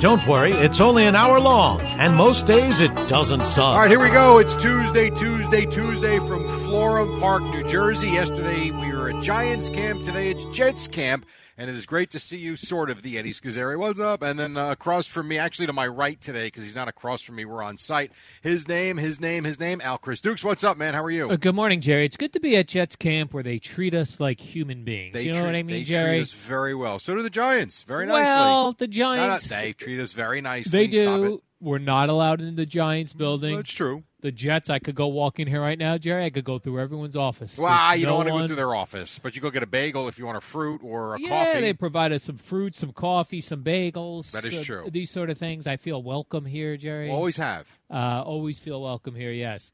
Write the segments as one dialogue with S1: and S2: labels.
S1: Don't worry, it's only an hour long, and most days it doesn't suck.
S2: All right, here we go. It's Tuesday, Tuesday, Tuesday from Florham Park, New Jersey. Yesterday we were at Giants camp. Today it's Jets camp, and it is great to see you, sort of, the Eddie Scazzeri. What's up? And then uh, across from me, actually to my right today, because he's not across from me, we're on site. His name, his name, his name, Al Chris Dukes. What's up, man? How are you?
S3: Uh, good morning, Jerry. It's good to be at Jets camp where they treat us like human beings. you know
S2: treat-
S3: what I mean,
S2: they
S3: Jerry?
S2: treat us very well. So do the Giants. Very nicely.
S3: well, the
S2: No, no,
S3: Giants,
S2: they treat us very nicely.
S3: they
S2: Stop it.
S3: do. We're not allowed in the Giants building.
S2: That's true.
S3: The Jets, I could go walk in here right now, Jerry. I could go through everyone's office.
S2: Well,
S3: There's
S2: you
S3: no
S2: don't want to go
S3: one-
S2: through their office, but you go get a bagel if you want a fruit or a
S3: yeah,
S2: coffee.
S3: they provide us some fruit, some coffee, some bagels.
S2: That is
S3: uh,
S2: true.
S3: These sort of things. I feel welcome here, Jerry.
S2: Always have.
S3: Uh, always feel welcome here. Yes.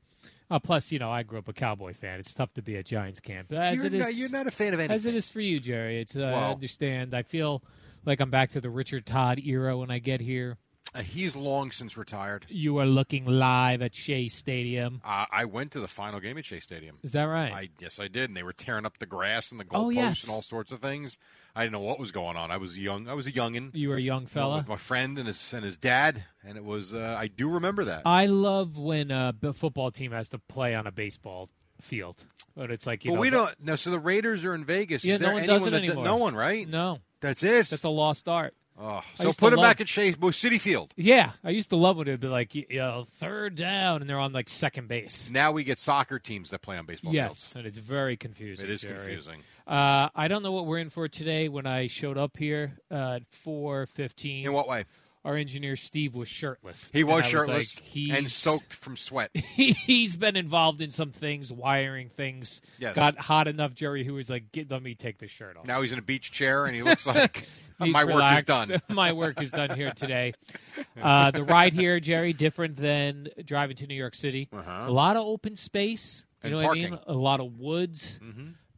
S3: Uh, plus, you know, I grew up a Cowboy fan. It's tough to be at Giants camp. As
S2: you're,
S3: it is,
S2: not, you're not a fan of anything.
S3: As it is for you, Jerry. It's uh,
S2: Wow.
S3: I understand. I feel like I'm back to the Richard Todd era when I get here.
S2: Uh, he's long since retired.
S3: You are looking live at Shea Stadium.
S2: Uh, I went to the final game at Shea Stadium.
S3: Is that right?
S2: I yes, I did, and they were tearing up the grass and the
S3: Oh,
S2: goalposts
S3: yes.
S2: and all sorts of things. I didn't know what was going on. I was young. I was a youngin.
S3: you were a young
S2: Went
S3: fella.
S2: with my friend and his and his dad, and it was. Uh, I do remember that.
S3: I love when a b- football team has to play on a baseball field, but it's like you
S2: but
S3: know.
S2: we
S3: the-
S2: don't. No, so the Raiders are in Vegas.
S3: Yeah,
S2: Is
S3: no
S2: there
S3: one does
S2: anyone
S3: it
S2: that d-
S3: anymore.
S2: No one, right?
S3: No,
S2: That's it.
S3: that's a lost art.
S2: oh.
S3: I
S2: So
S3: used to
S2: put him
S3: love-
S2: back at Shea well, City Field.
S3: Yeah, I used to love when it would be like you know, third down, and they're on like second base.
S2: Now we get soccer teams that play on baseball
S3: Yes, and it's very confusing.
S2: fields. It is
S3: Jerry.
S2: confusing.
S3: Uh, I don't know what we're in for today. When I showed up here uh, at four
S2: In
S3: fifteen,
S2: what way?
S3: our engineer Steve was shirtless.
S2: He
S3: And
S2: was
S3: I
S2: shirtless
S3: like, he's,
S2: and soaked from sweat.
S3: He's been involved in some things, wiring things.
S2: Yes.
S3: Got hot enough, Jerry, who was like, Get, "Let me take the shirt off."
S2: Now he's in a beach chair and he looks like
S3: He's
S2: my work is
S3: relaxed.
S2: done.
S3: My work is done here today. Uh, the ride here, Jerry, different than driving to New York City. A lot of open space. You
S2: Uh-huh. And
S3: know what I mean?
S2: parking. Mm-hmm.
S3: A lot of woods.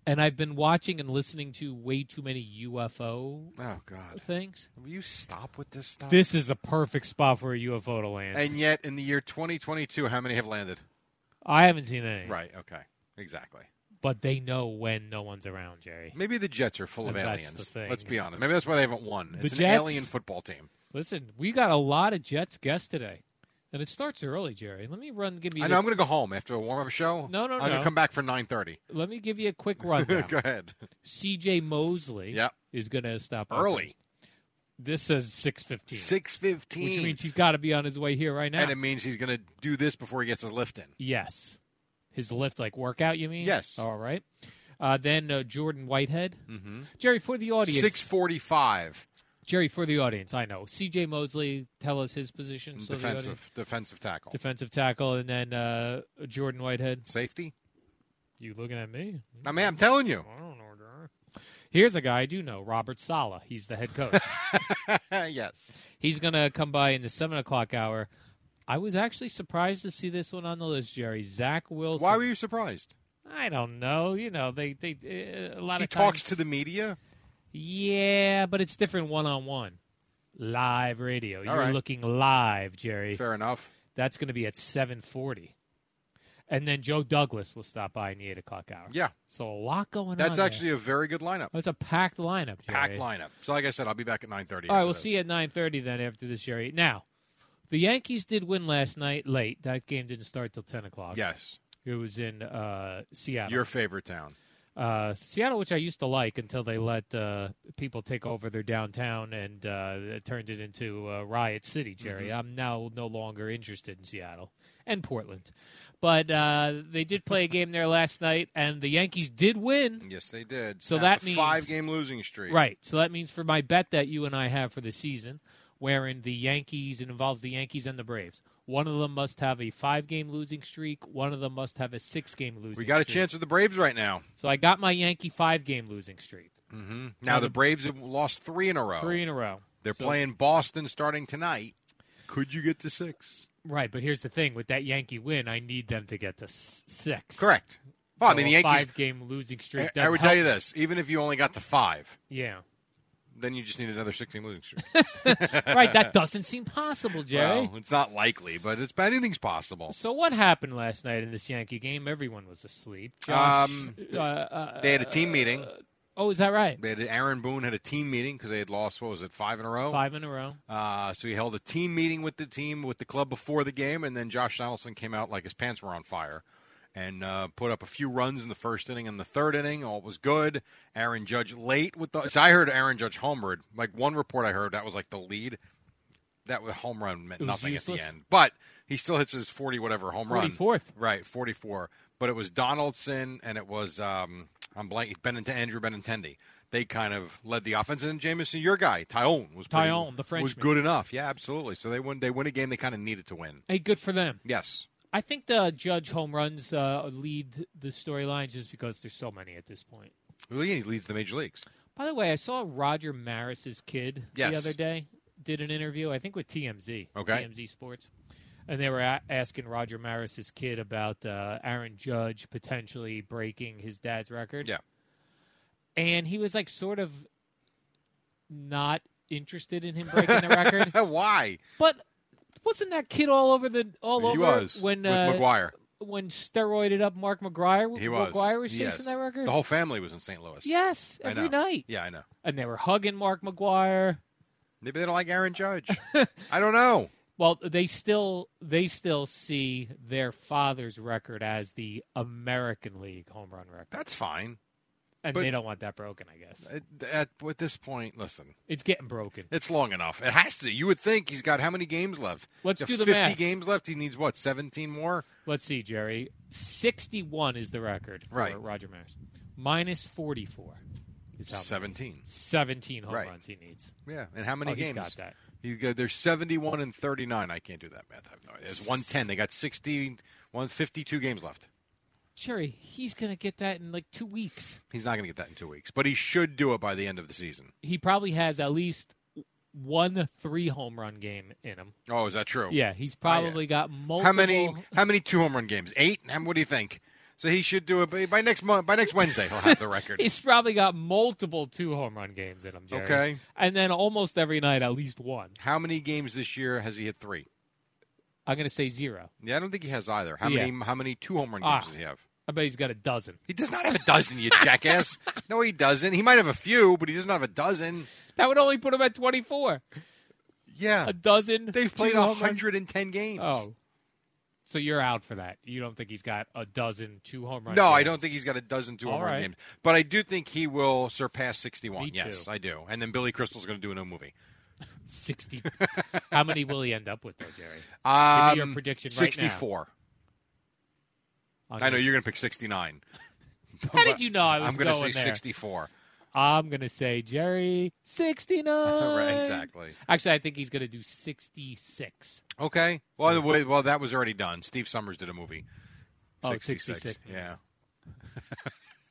S3: And I've been watching and listening to way too many UFO
S2: Oh God!
S3: things.
S2: Will you stop with this stuff?
S3: This is a perfect spot for a UFO to land.
S2: and yet in the year 2022, how many have landed?
S3: I haven't seen any.
S2: Right. Okay. Exactly.
S3: But they know when no one's around, Jerry.
S2: Maybe the Jets are full of
S3: And that's
S2: aliens.
S3: the thing.
S2: Let's be honest. Maybe that's why they haven't won.
S3: The
S2: It's an
S3: Jets?
S2: alien football team.
S3: Listen, we got a lot of Jets guests today. And it starts early, Jerry. Let me run give you
S2: I know. I'm going to go home after a warm-up show.
S3: No, no,
S2: I'm going
S3: no.
S2: to come back for 9:30.
S3: let me give you a quick rundown.
S2: go ahead.
S3: CJ Mosley
S2: Yep.
S3: is going to stop by
S2: Early.
S3: first. This says 6:15,
S2: 6:15.
S3: which means he's got to be on his way here right now.
S2: and it means he's going to do this before he gets his lift in.
S3: yes. His lift like workout, you mean?
S2: Yes.
S3: All right. Uh, then uh, Jordan Whitehead. Mm-hmm. Jerry for the audience.
S2: 6:45.
S3: Jerry for the audience. I know. CJ Mosley tell us his position so the audience-
S2: defensive defensive tackle.
S3: defensive tackle and then uh, Jordan Whitehead.
S2: Safety.
S3: You looking at me?
S2: I mean, I'm telling you.
S3: I don't know. Jerry. Here's a guy I do know, Robert Sala. He's the head coach.
S2: yes.
S3: He's going to come by in the 7 o'clock hour. I was actually surprised to see this one on the list, Jerry. Zach Wilson.
S2: Why were you surprised?
S3: I don't know. You know, they they uh, a lot
S2: He
S3: of
S2: talks
S3: times-
S2: to the media.
S3: Yeah, but it's different one on one, live radio. You're
S2: right.
S3: looking live, Jerry.
S2: Fair enough.
S3: That's going to be at seven forty. and then Joe Douglas will stop by in the eight o'clock hour.
S2: Yeah.
S3: So a lot going on.
S2: That's
S3: there.
S2: actually a very good lineup.
S3: that's a packed lineup.
S2: Packed
S3: Jerry.
S2: lineup. So, like I said, I'll be back at 9:30.
S3: All right,
S2: after
S3: we'll
S2: this.
S3: see you at nine thirty then after this, Jerry. Now, the Yankees did win last night late. That game didn't start till ten o'clock.
S2: Yes,
S3: it was in uh, Seattle.
S2: your favorite town.
S3: uh, Seattle, which I used to like until they let uh, people take over their downtown and uh, it turned it into uh, Riot City, Jerry.
S2: Mm-hmm.
S3: I'm now no longer interested in Seattle and Portland. But uh, they did play a game there last night, and the Yankees did win.
S2: Yes, they did.
S3: So
S2: Snapped
S3: that
S2: a
S3: means-
S2: five-game losing streak.
S3: Right. So that means for my bet that you and I have for the season, wherein the Yankees, it involves the Yankees and the Braves. One of them must have a five game losing streak, one of them must have a six game losing
S2: We got a
S3: streak.
S2: chance with the Braves right now.
S3: So I got my Yankee five game losing streak.
S2: hmm Now the Braves have lost three in a row.
S3: Three in a row.
S2: They're
S3: So-
S2: playing Boston starting tonight. Could you get to six?
S3: Right, but here's the thing: with that Yankee win, I need them to get to s- six.
S2: Correct. Well, I
S3: So
S2: mean, the
S3: a
S2: Yankees.
S3: five-game losing streak.
S2: I, I
S3: doesn't
S2: would tell you
S3: help.
S2: this: even if you only got to five,
S3: Yeah,
S2: then you just need another six-game losing streak.
S3: right. That doesn't seem possible, Jerry.
S2: Well, it's not likely, but it's anything's possible.
S3: so what happened last night in this Yankee game? Everyone was asleep. Josh,
S2: Um,
S3: uh, uh,
S2: They had a team meeting.
S3: oh, is that right?
S2: They had, Aaron Boone had a team meeting because they had lost. What was it? Five in a row.
S3: Five in a row.
S2: Uh, so he held a team meeting with the team with the club before the game, and then Josh Donaldson came out like his pants were on fire, and uh, put up a few runs in the first inning and the third inning. All was good. Aaron Judge late with the. So I heard Aaron Judge homered. Like one report I heard that was like the lead. That was- home run meant
S3: It was
S2: nothing at
S3: useless.
S2: the end, but he still hits his forty whatever home run.
S3: 44th.
S2: right? Forty four. But it was Donaldson and it was um, I'm blank. Benint- Andrew Benintendi. They kind of led the offense, and then Jameson, your guy Tyone was pretty-
S3: Tyone, the
S2: was
S3: Frenchman.
S2: good enough. Yeah, absolutely. So they win. They win a game they kind of needed to win.
S3: Hey, good for them.
S2: Yes.
S3: I think the Judge home runs uh, lead the storyline just because there's so many at this point.
S2: Well, yeah, he leads the major leagues.
S3: By the way, I saw Roger Maris's kid
S2: Yes.
S3: the other day did an interview, I think with TMZ,
S2: Okay.
S3: TMZ Sports, and they were a- asking Roger Maris's kid about uh, Aaron Judge potentially breaking his dad's record.
S2: Yeah.
S3: and he was like sort of not interested in him breaking the record,
S2: Why?
S3: but wasn't that kid all over the all
S2: he
S3: over
S2: was
S3: when
S2: with
S3: uh,
S2: McGuire.
S3: when steroided up Mark McGuire?
S2: He was.
S3: McGuire was chasing
S2: Yes.
S3: that record.
S2: The whole family was in St. Louis.
S3: yes,
S2: I
S3: every
S2: know.
S3: night,
S2: Yeah, I know.
S3: and they were hugging Mark McGuire.
S2: Maybe they don't like Aaron Judge. I don't know.
S3: Well, they still they still see their father's record as the American League home run record,
S2: That's fine.
S3: and
S2: but-
S3: they don't want that broken. I guess
S2: At, at, at this point, listen,
S3: it's getting broken.
S2: it's long enough. It has to. You would think he's got how many games left?
S3: Let's
S2: Got
S3: do the
S2: 50
S3: math.
S2: games left. He needs what? 17 more.
S3: Let's see, Jerry. Sixty-one is the record for
S2: Right.
S3: Roger Maris. Minus forty-four is how many-
S2: 17.
S3: Seventeen home
S2: Right.
S3: runs he needs.
S2: Yeah, and how many
S3: Oh, he's
S2: games?
S3: got that.
S2: He's got- They're seventy-one and thirty-nine. I can't do that math. I have no idea. It's one ten. They got 60, 152 games left.
S3: Jerry, he's gonna get that in like two weeks.
S2: He's not going to get that in two weeks, but he should do it by the end of the season.
S3: He probably has at least one three home run game in him.
S2: Oh, is that true?
S3: Yeah, he's probably got multiple.
S2: How many? How many two home run games? Eight. How, what do you think? So he should do it by, by next month. By next Wednesday, he'll have the record.
S3: He's probably got multiple two home run games in him, Jerry.
S2: Okay.
S3: And then almost every night, at least one.
S2: how many games this year has he hit three?
S3: I'm going to say zero.
S2: Yeah, I don't think he has either. How
S3: Yeah.
S2: many? How many two home run games
S3: Ah.
S2: does he have?
S3: I bet he's got a dozen.
S2: He does not have a dozen, you jackass. No, he doesn't. He might have a few, but he doesn't have a dozen.
S3: That would only put him at 24.
S2: Yeah,
S3: A dozen.
S2: They've played
S3: two home run-
S2: 110 games.
S3: Oh. So you're out for that. You don't think he's got a dozen two home run
S2: No,
S3: games.
S2: I don't think he's got a dozen two
S3: All
S2: home run
S3: right.
S2: games. But I do think he will surpass 61.
S3: Me too.
S2: Yes, I do. And then Billy Crystal's going to do a new movie.
S3: 60. How many will he end up with, though, Jerry?
S2: Um,
S3: your prediction right now.
S2: 64.
S3: I'm
S2: I know
S3: gonna-
S2: you're going to pick 69.
S3: How did you know I was
S2: I'm
S3: going
S2: gonna say
S3: there?
S2: 64.
S3: I'm going to say, Jerry, 69.
S2: right, exactly.
S3: Actually, I think he's going to do 66.
S2: Okay. Well, the way- well, that was already done. Steve Summers did a movie.
S3: Oh,
S2: 66.
S3: 66.
S2: Yeah.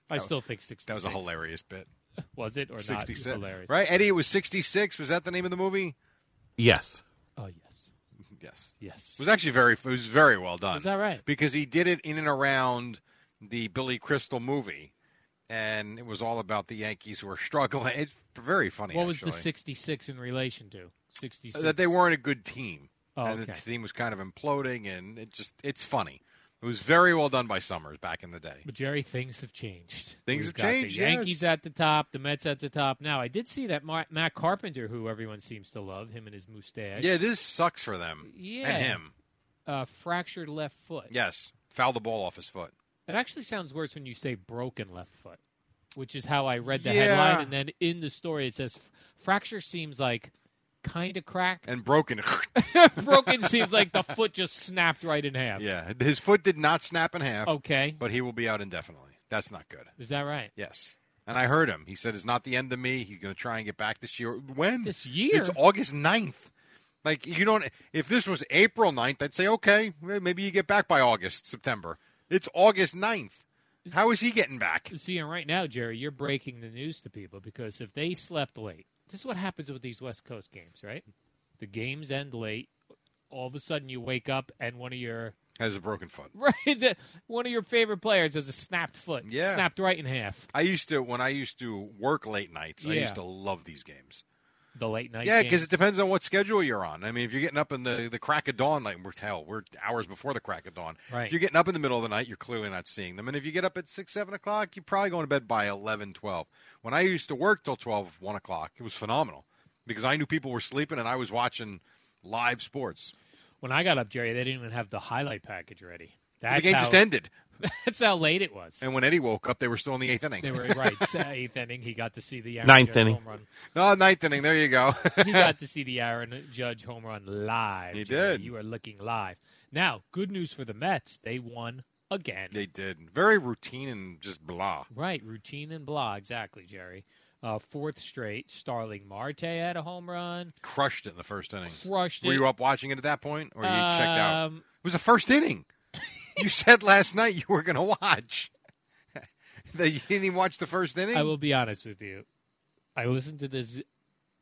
S3: I still think 66.
S2: That was a hilarious bit.
S3: Was it or not?
S2: 66.
S3: Hilarious.
S2: Right? Eddie, it was 66. Was that the name of the movie?
S1: Yes.
S3: Oh, yes.
S2: Yes.
S3: Yes.
S2: It was actually very it was very well done.
S3: Is that right?
S2: Because he did it in and around the Billy Crystal movie, and it was all about the Yankees who were struggling. It's very funny.
S3: What was the
S2: actually.
S3: 66 in relation to? 66.
S2: that they weren't a good team,
S3: Oh,
S2: and the
S3: okay.
S2: team was kind of imploding, and it just it's funny. It was very well done by Summers back in the day.
S3: But Jerry, things have changed.
S2: Things
S3: We've
S2: have
S3: got
S2: changed,
S3: The Yankees
S2: yes.
S3: at the top, the Mets at the top. Now, I did see that Mar- Matt Carpenter, who everyone seems to love, him and his mustache.
S2: Yeah, this sucks for them.
S3: Yeah.
S2: And him.
S3: uh, fractured left foot.
S2: Yes. Foul the ball off his foot.
S3: It actually sounds worse when you say broken left foot, which is how I read the
S2: Yeah.
S3: headline. And then in the story, it says fracture seems like kind of crack.
S2: And broken.
S3: broken seems like the foot just snapped right in half.
S2: yeah. His foot did not snap in half,
S3: Okay.
S2: but he will be out indefinitely. That's not good.
S3: Is that right?
S2: Yes. And I heard him. He said it's not the end of me. He's going to try and get back this year. When?
S3: This year?
S2: It's August 9th. Like, you don't. If this was April 9th, I'd say, okay, maybe you get back by August, September. It's August 9th. How is he getting back?
S3: See, and right now, Jerry, you're breaking the news to people because if they slept late, this is what happens with these West Coast games, right? The games end late. All of a sudden, you wake up and one of your
S2: Has a broken foot.
S3: right, the- one of your favorite players has a snapped foot,
S2: Yeah.
S3: snapped right in half.
S2: I used to when I used to work late nights. I
S3: Yeah.
S2: used to love these games.
S3: The late night.
S2: Yeah, because
S3: games.
S2: it depends on what schedule you're on. I mean, if you're getting up in the, the crack of dawn, like we're hell, we're hours before the crack of dawn.
S3: Right.
S2: If you're getting up in the middle of the night, you're clearly not seeing them. And if you get up at six, seven o'clock, you're probably going to bed by 11, 12. When I used to work till 12, 1 o'clock, it was phenomenal because I knew people were sleeping and I was watching live sports.
S3: when I got up, Jerry, they didn't even have the highlight package ready. That's
S2: the game
S3: how,
S2: just ended,
S3: That's how late it was.
S2: and when Eddie woke up, they were still in the eighth inning.
S3: They were right. so Eighth inning, he got to see the Aaron
S4: Ninth
S3: Judge
S4: inning.
S3: home run.
S2: oh, ninth inning. There you go.
S3: He got to see the Aaron Judge home run live.
S2: He
S3: Jerry.
S2: did.
S3: You are looking live. Now, good news for the Mets. They won again.
S2: they did very routine and just blah.
S3: Right, routine and blah. Exactly, Jerry. Uh, fourth straight. Starling Marte had a home run.
S2: crushed it in the first inning.
S3: Crushed
S2: Were
S3: it.
S2: you up watching it at that point, or you checked out?
S3: Um,
S2: It was the first inning. you said last night you were going to watch. that you didn't even watch the first inning.
S3: I will be honest with you. I listened to this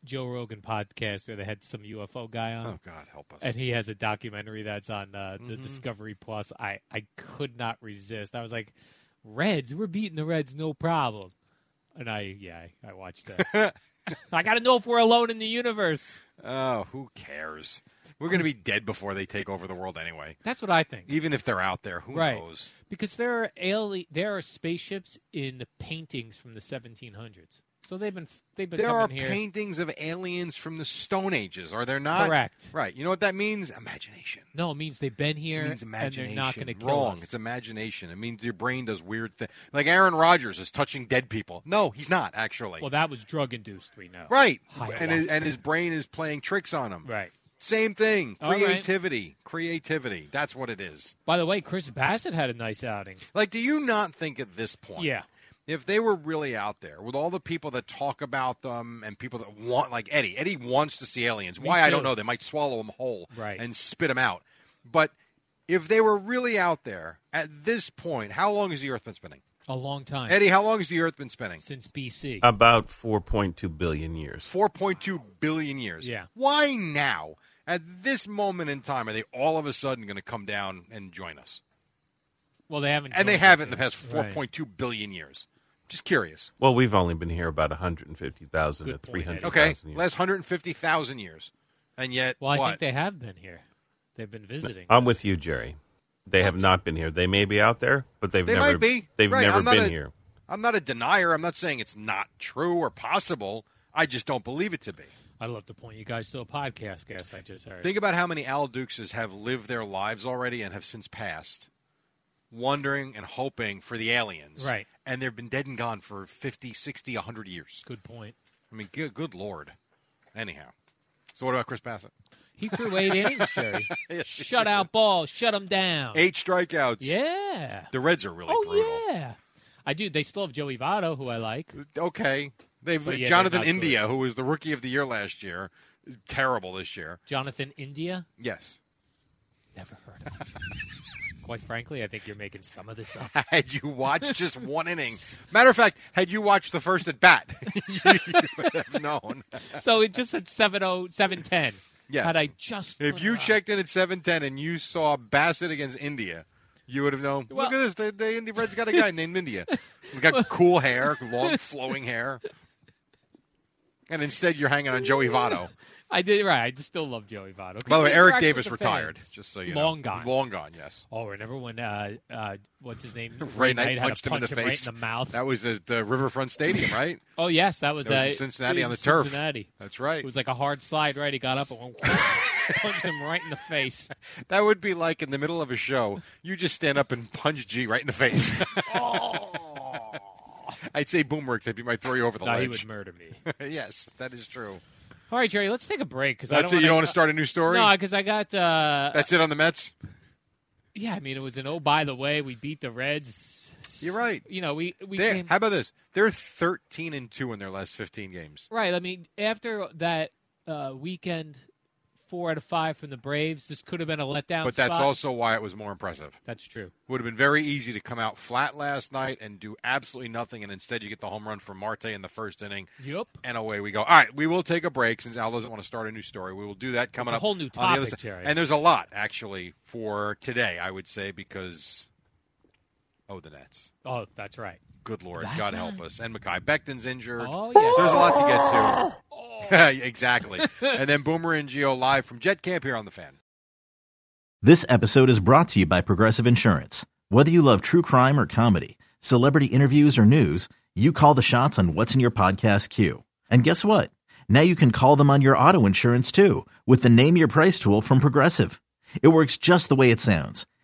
S3: Joe Rogan podcast where they had some UFO guy on.
S2: Oh Mm-hmm. God, help us!
S3: and he has a documentary that's on uh, the Discovery Plus. I I could not resist. I was like, Reds, we're beating the Reds, no problem. And I yeah, I, I watched that. I got to know if we're alone in the universe.
S2: oh, who cares? We're going to be dead before they take over the world anyway.
S3: That's what I think.
S2: Even if they're out there, who
S3: Right.
S2: knows?
S3: Because there are alien, there are spaceships in paintings from the 1700s. So they've been they've been
S2: There
S3: coming
S2: are
S3: here.
S2: paintings of aliens from the Stone Ages. Are there not?
S3: Correct.
S2: Right. You know what that means? Imagination.
S3: no, it means they've been here
S2: It means
S3: and
S2: imagination.
S3: they're not going to kill
S2: Wrong.
S3: us.
S2: It's imagination. It means your brain does weird things. Like Aaron Rodgers is touching dead people. No, he's not actually.
S3: well, that was drug induced. We know.
S2: right.
S3: Ayahuasca.
S2: And his, and his brain is playing tricks on him.
S3: Right.
S2: Same thing.
S3: All right.
S2: Creativity. Creativity. That's what it is.
S3: By the way, Chris Bassett had a nice outing.
S2: Like, do you not think at this point?
S3: Yeah.
S2: If they were really out there with all the people that talk about them and people that want, like Eddie, Eddie wants to see aliens.
S3: Me
S2: Why I don't
S3: too.
S2: know. They might swallow him whole
S3: Right.
S2: and spit him out. But if they were really out there at this point, how long has the Earth been spinning?
S3: A long time.
S2: Eddie, Uh, how long has the Earth been spinning?
S3: since BC.
S4: About 4.2 billion years.
S2: 4.2 billion years.
S3: Yeah.
S2: Why now? At this moment in time, are they all of a sudden going to come down and join us?
S3: well, they haven't,
S2: And they
S3: joined
S2: have
S3: us
S2: it in the
S3: yet.
S2: past
S3: Right.
S2: 4.2 billion years. Just curious.
S4: Well, we've only been here about 150,000 to
S3: Good point, Eddie.
S4: 300,000
S2: Okay,
S4: years.
S2: last 150,000 years. And yet,
S3: Well, I
S2: what?
S3: think they have been here. They've been visiting.
S4: I'm
S3: us.
S4: with you, Jerry. They have not been here. They may be out there, but they've
S2: They
S4: never
S2: might be.
S4: they've
S2: Right,
S4: never
S2: I'm not
S4: been
S2: a-
S4: here.
S2: I'm not a denier. I'm not saying it's not true or possible. I just don't believe it to be.
S3: I'd love to point you guys to a podcast guest I just heard.
S2: Think about how many Al Dukeses have lived their lives already and have since passed, wondering and hoping for the aliens.
S3: Right.
S2: And they've been dead and gone for 50, 60, 100 years.
S3: Good point.
S2: I mean, good, good Lord. Anyhow. So what about Chris Bassett?
S3: He threw eight innings, Jerry.
S2: Yes, he
S3: shut out ball. Shut him down.
S2: Eight strikeouts.
S3: Yeah.
S2: The Reds are really
S3: oh
S2: brutal.
S3: yeah. I do. They still have Joey Votto, who I like.
S2: Okay. They've
S3: But yeah,
S2: Jonathan
S3: they're not
S2: India,
S3: good.
S2: who was the rookie of the year last year, is terrible this year.
S3: Jonathan India.
S2: Yes.
S3: Never heard of. him. Quite frankly, I think you're making some of this up.
S2: Had you watched just one inning, matter of fact, had you watched the first at bat, you would have known.
S3: so it just said 7-0, 7-10.
S2: Yes.
S3: Had I just
S2: If you
S3: check.
S2: checked in at seven ten and you saw Bassett against India, you would have known.
S3: Well-
S2: Look at this. The, the Indy Reds got a guy named India. He's got cool hair, long flowing hair. And instead, you're hanging on Joey Votto.
S3: I did right. I still love Joey Votto. 'cause
S2: By the way,
S3: he interacts
S2: Eric
S3: with
S2: Davis
S3: the
S2: retired.
S3: fans.
S2: Just so you
S3: Long
S2: know.
S3: gone.
S2: Long gone. Yes.
S3: Oh, remember when uh, uh, what's his name?
S2: Ray Knight
S3: had
S2: punched
S3: to
S2: him in
S3: punch
S2: the
S3: right
S2: face.
S3: the mouth.
S2: That was at uh, Riverfront Stadium, right?
S3: oh yes, that was,
S2: That was
S3: uh,
S2: in Cincinnati
S3: it
S2: on
S3: was
S2: the turf.
S3: Cincinnati.
S2: That's right.
S3: It was like a hard slide, right? He got up and went, punched him right in the face.
S2: That would be like in the middle of a show, you just stand up and punch G right in the face. I'd say boomer, except he might throw you over the
S3: Thought he
S2: ledge.
S3: would murder me.
S2: yes, that is true.
S3: All right, Jerry, let's take a break because I
S2: That's
S3: don't.
S2: it. You
S3: wanna-
S2: don't want to start a new story.
S3: No, because I got. Uh,
S2: That's it on the Mets.
S3: yeah, I mean, it was an oh by the way, we beat the Reds.
S2: You're right.
S3: You know, we we
S2: They-
S3: came,
S2: how about this? They're 13 and two in their last 15 games.
S3: right. I mean, after that uh, weekend, four out of five from the Braves. This could have been a letdown.
S2: But that's
S3: spot.
S2: also why it was more impressive.
S3: that's true.
S2: Would have been very easy to come out flat last night and do absolutely nothing, and instead you get the home run from Marte in the first inning,
S3: Yep.
S2: and away we go. All right, we will take a break since Al doesn't want to start a new story. We will do that coming
S3: a
S2: up.
S3: whole new
S2: on the other
S3: topic,
S2: side.
S3: Jerry.
S2: And there's a lot actually for today, I would say, because oh, the Nets.
S3: Oh, that's right.
S2: Good Lord, God help us. And Mackay Becton's injured.
S3: Oh, yes.
S2: There's a lot to get to. exactly. and then Boomer and Geo live from Jet Camp here on the Fan.
S5: This episode is brought to you by Progressive Insurance. Whether you love true crime or comedy, celebrity interviews or news, you call the shots on what's in your podcast queue. And guess what? Now you can call them on your auto insurance too with the Name Your Price tool from Progressive. It works just the way it sounds.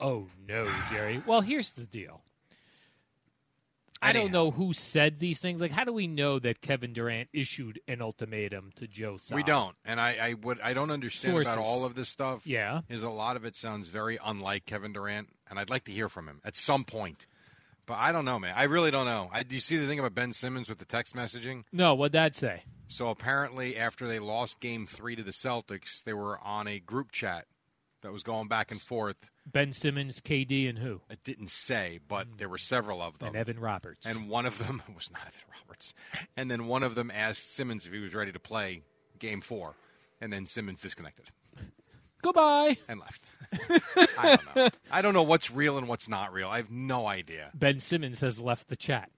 S3: Oh, no, Jerry. Well, here's the deal. I don't know who said these things. Like, how do we know that Kevin Durant issued an ultimatum to Joe Sol?
S2: We don't, and I, I would I don't understand about
S3: Sources.
S2: all of this stuff.
S3: Yeah.
S2: is a lot of it sounds very unlike Kevin Durant, and I'd like to hear from him at some point. But I don't know, man. I really don't know. I, do you see the thing about Ben Simmons with the text messaging?
S3: No, what'd that say?
S2: So apparently, after they lost Game Three to the Celtics, they were on a group chat that was going back and forth.
S3: Ben Simmons, KD, and who?
S2: It didn't say, but there were several of them.
S3: And Evan Roberts.
S2: Oh. And one of them was not Evan Roberts. And then one of them asked Simmons if he was ready to play Game Four, and then Simmons disconnected
S3: Goodbye.
S2: and left. I don't know. I don't know what's real and what's not real. I have no idea.
S3: Ben Simmons has left the chat.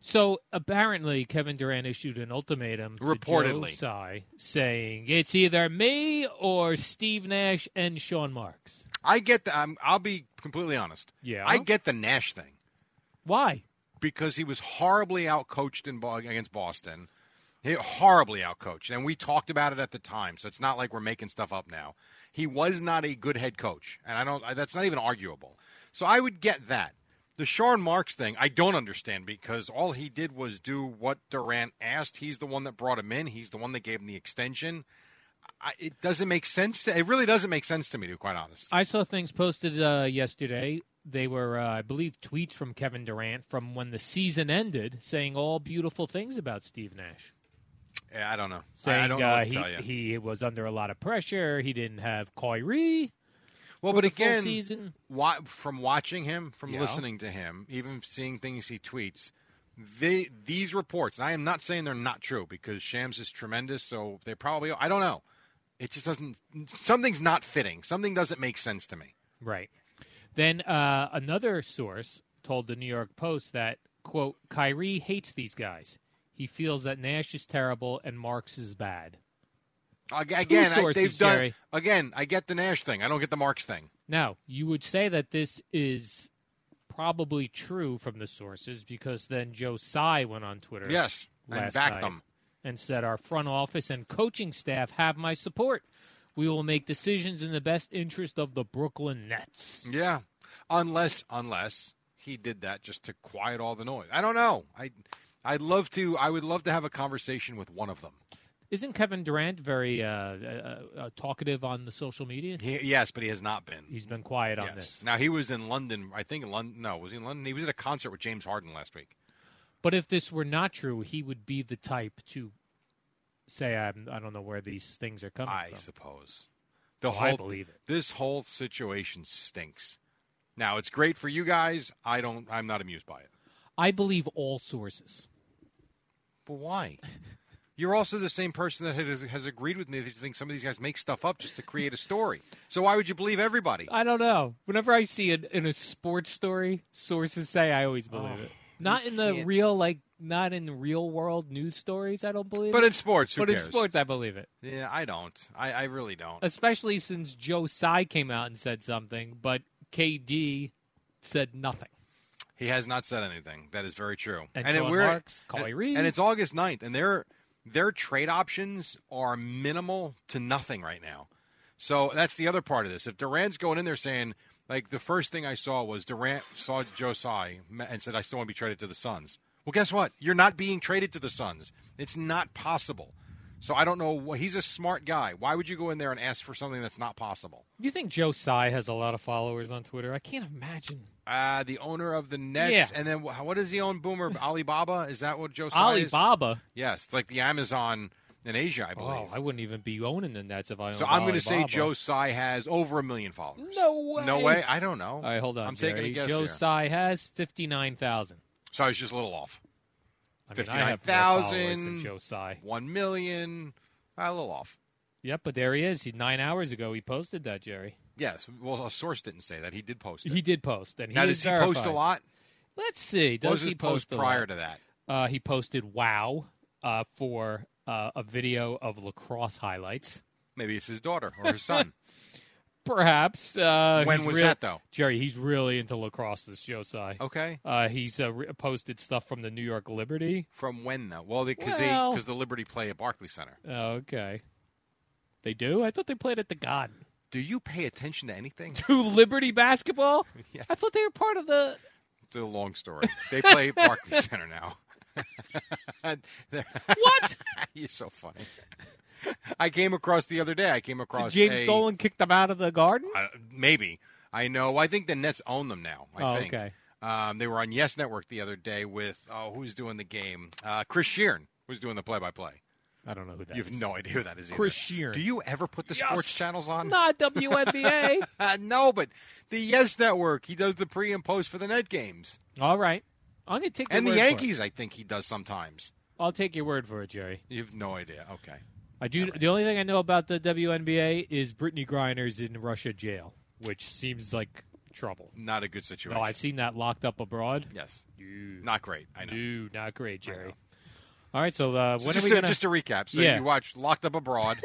S3: So apparently, Kevin Durant issued an ultimatum
S2: Reportedly.
S3: to Joe Tsai saying it's either me or Steve Nash and Sean Marks.
S2: I get the. I'm, I'll be completely honest.
S3: Yeah.
S2: I get the Nash thing
S3: Why?
S2: because he was horribly outcoached in Bo- against Boston. He horribly outcoached, and we talked about it at the time. So it's not like we're making stuff up now. He was not a good head coach, and I don't. I, that's not even arguable. So I would get that. The Sean Marks thing, I don't understand because all he did was do what Durant asked. He's the one that brought him in. He's the one that gave him the extension. I, it doesn't make sense. To, it really doesn't make sense to me, to be quite honest.
S3: I saw things posted uh, yesterday. They were, uh, I believe, tweets from Kevin Durant from when the season ended, saying all beautiful things about Steve Nash.
S2: Yeah, I don't know.
S3: Saying
S2: I, I don't know
S3: uh,
S2: what to
S3: he,
S2: tell you.
S3: he was under a lot of pressure. He didn't have Kyrie.
S2: Well,
S3: for
S2: but
S3: the full
S2: again,
S3: season.
S2: wa- from watching him, from
S3: Yeah.
S2: listening to him, even seeing things he tweets, they, these reports, and I am not saying they're not true because Shams is tremendous, so they probably, I don't know. It just doesn't, something's not fitting. Something doesn't make sense to me.
S3: Right. Then uh, another source told the New York Post that, quote, Kyrie hates these guys. He feels that Nash is terrible and Marks is bad.
S2: Ag- Again, I,
S3: sources,
S2: they've done,
S3: Jerry.
S2: again, I get the Nash thing. I don't get the Marks thing.
S3: Now, you would say that this is probably true from the sources because then Joe Tsai went on Twitter.
S2: Yes, and
S3: last
S2: backed
S3: night
S2: them.
S3: And said, Our front office and coaching staff have my support. We will make decisions in the best interest of the Brooklyn Nets.
S2: Yeah. Unless, unless he did that just to quiet all the noise. I don't know. I, I'd love to, I would love to have a conversation with one of them.
S3: Isn't Kevin Durant very uh, uh, uh, talkative on the social media?
S2: He, yes, but he has not been.
S3: He's been quiet on
S2: Yes.
S3: this.
S2: Now he was in London. I think in London. No, was he in London? He was at a concert with James Harden last week.
S3: But if this were not true, he would be the type to say, I'm, "I don't know where these things are coming
S2: I
S3: from."
S2: suppose. The
S3: Well,
S2: whole
S3: Oh, I believe it.
S2: this whole situation stinks. Now it's great for you guys. I don't. I'm not amused by it.
S3: I believe all sources.
S2: But why? You're also the same person that has, has agreed with me that you think some of these guys make stuff up just to create a story. So why would you believe everybody?
S3: I don't know. Whenever I see it in a sports story, sources say I always believe it. Not in the real, like not in real world news stories. I don't believe
S2: But
S3: it.
S2: in sports, who
S3: but in
S2: cares?
S3: sports, I believe it.
S2: Yeah, I don't. I, I really don't.
S3: Especially since Joe Tsai came out and said something, but KD said nothing.
S2: He has not said anything. That is very true.
S3: And
S2: it-
S3: Sean
S2: we're-
S3: Marks, Kyrie.
S2: And, and it's August 9th, and their their trade options are minimal to nothing right now. So that's the other part of this. If Durant's going in there saying, like, the first thing I saw was Durant saw Josai and said, I still want to be traded to the Suns. Well, guess what? You're not being traded to the Suns. It's not possible. So I don't know. wh- He's a smart guy. Why would you go in there and ask for something that's not possible?
S3: You think Joe Tsai has a lot of followers on Twitter? I can't imagine.
S2: Uh, the owner of the Nets,
S3: Yeah.
S2: and then wh- what does he own? Boomer Alibaba? Is that what Joe Tsai is?
S3: Alibaba.
S2: Yes, it's like the Amazon in Asia, I
S3: Oh,
S2: believe.
S3: I wouldn't even be owning the Nets if I owned
S2: so I'm going to say
S3: Oh, Alibaba.
S2: Joe Tsai has over a million followers.
S3: No way.
S2: No way. I don't know.
S3: All right, hold on.
S2: I'm
S3: Jerry.
S2: taking a guess
S3: Joe
S2: here.
S3: Tsai has fifty nine thousand.
S2: so I was just a little off.
S3: I mean, I have more followers
S2: 59,000,
S3: than Joe Tsai.
S2: 1 million. A little off.
S3: Yep, but there he is. He nine hours ago he posted that Jerry.
S2: Yes. Well, a source didn't say that. He did post it.
S3: He did post, and he
S2: now,
S3: is
S2: does he
S3: verified.
S2: post a lot?
S3: Let's see.
S2: what was
S3: Does
S2: his
S3: he post, a
S2: prior
S3: lot?
S2: to that?
S3: Uh, he posted "Wow" uh, for uh, a video of lacrosse highlights.
S2: Maybe it's his daughter or his son.
S3: Perhaps. Uh,
S2: When
S3: he's
S2: was
S3: real-
S2: that, though? Oh.
S3: Jerry, he's really into lacrosse. This Joe Tsai.
S2: Okay.
S3: Uh, he's uh, re- posted stuff from the New York Liberty.
S2: From when, though? Well, because
S3: Well-
S2: they, cause the Liberty play at Barclays Center.
S3: okay. They do? I thought they played at the Garden.
S2: Do you pay attention to anything?
S3: To Liberty basketball?
S2: Yes.
S3: I thought they were part of the.
S2: It's a long story. They play Barclays Center now. They're-
S3: What?
S2: You're so funny. I came across the other day. I came
S3: Did
S2: across
S3: James
S2: a-
S3: Dolan kicked them out of the Garden?
S2: Uh, maybe I know. I think the Nets own them now. I
S3: Oh,
S2: think.
S3: okay.
S2: Um, they were on Uh, Yes Network the other day with oh, who's doing the game? Uh, Chris Sheeran was doing the play-by-play.
S3: I don't know who that
S2: you have
S3: is.
S2: no idea who that is.
S3: Chris
S2: either.
S3: Sheeran.
S2: Do you ever put the sports channels on?
S3: Not WNBA.
S2: Uh, no, but the Yes Network. He does the pre and post for the net games.
S3: All right. I'm going to take your
S2: and the
S3: word for it.
S2: Yankees. I think he does sometimes.
S3: I'll take your word for it, Jerry.
S2: You have no idea. Okay.
S3: I do. The only thing I know about the WNBA is Brittany Griner's in Russia jail, which seems like trouble.
S2: Not a good situation.
S3: No, I've seen that locked up abroad.
S2: Yes. Not great. I know.
S3: No, not great, Jerry. All right, so, uh,
S2: So
S3: when
S2: just,
S3: are we
S2: to,
S3: going
S2: just to recap, so
S3: yeah,
S2: you watched Locked Up Abroad,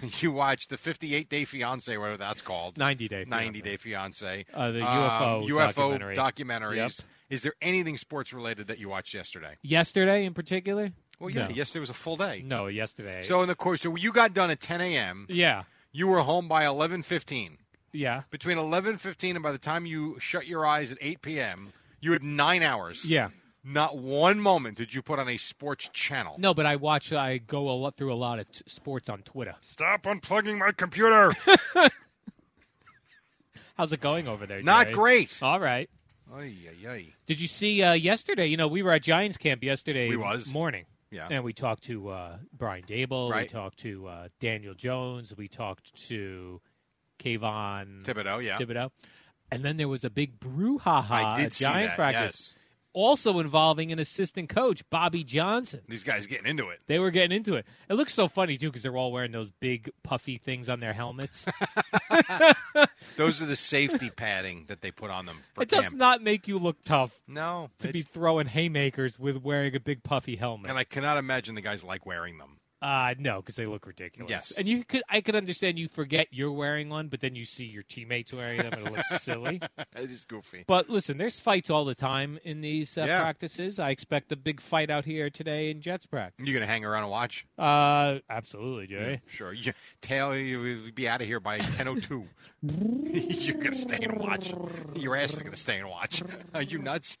S2: you watched the 58 Day Fiance, whatever that's called,
S3: 90 Day
S2: 90 Day Fiance,
S3: Uh, the
S2: um,
S3: UFO
S2: UFO
S3: documentary.
S2: documentaries.
S3: Yep.
S2: Is there anything sports related that you watched yesterday?
S3: yesterday in particular.
S2: Well, yeah,
S3: no.
S2: yesterday was a full day.
S3: No, yesterday.
S2: So in the course, so you got done at 10 a.m.
S3: yeah,
S2: You were home by 11:15.
S3: yeah,
S2: Between 11:15 and by the time you shut your eyes at 8 p.m., you had nine hours.
S3: yeah.
S2: Not one moment did you put on a sports channel.
S3: No, but I watch. I go a lot through a lot of t- sports on Twitter.
S2: Stop unplugging my computer.
S3: How's it going over there?
S2: Not
S3: Jerry?
S2: great.
S3: All right.
S2: Ay, ay, ay.
S3: Did you see uh, yesterday? You know, we were at Giants camp yesterday
S2: We was.
S3: morning.
S2: Yeah.
S3: And we talked to uh, Brian Dable. We
S2: Right.
S3: talked to uh, Daniel Jones. We talked to Kayvon
S2: Thibodeau, yeah.
S3: Thibodeau. And then there was a big brouhaha
S2: I did
S3: at
S2: see
S3: Giants
S2: that,
S3: practice, also involving an assistant coach, Bobby Johnson.
S2: These guys getting into it.
S3: They were getting into it. It looks so funny, too, because they're all wearing those big, puffy things on their helmets.
S2: Those are the safety padding that they put on them for
S3: it does
S2: camp.
S3: not make you look tough
S2: no,
S3: to be
S2: it's-
S3: throwing haymakers with wearing a big, puffy helmet.
S2: and I cannot imagine the guys like wearing them.
S3: Uh no, because they look ridiculous.
S2: Yes.
S3: and you could I could understand you forget you're wearing one, but then you see your teammates wearing them and it looks silly.
S2: It is goofy.
S3: But listen, there's fights all the time in these uh,
S2: Yeah.
S3: practices. I expect a big fight out here today in Jets practice.
S2: You gonna hang around and watch?
S3: Uh, absolutely, Jerry.
S2: Sure. You, tail, you'll be out of here by ten o two. You're gonna stay and watch. Your ass is gonna stay and watch. Are you nuts?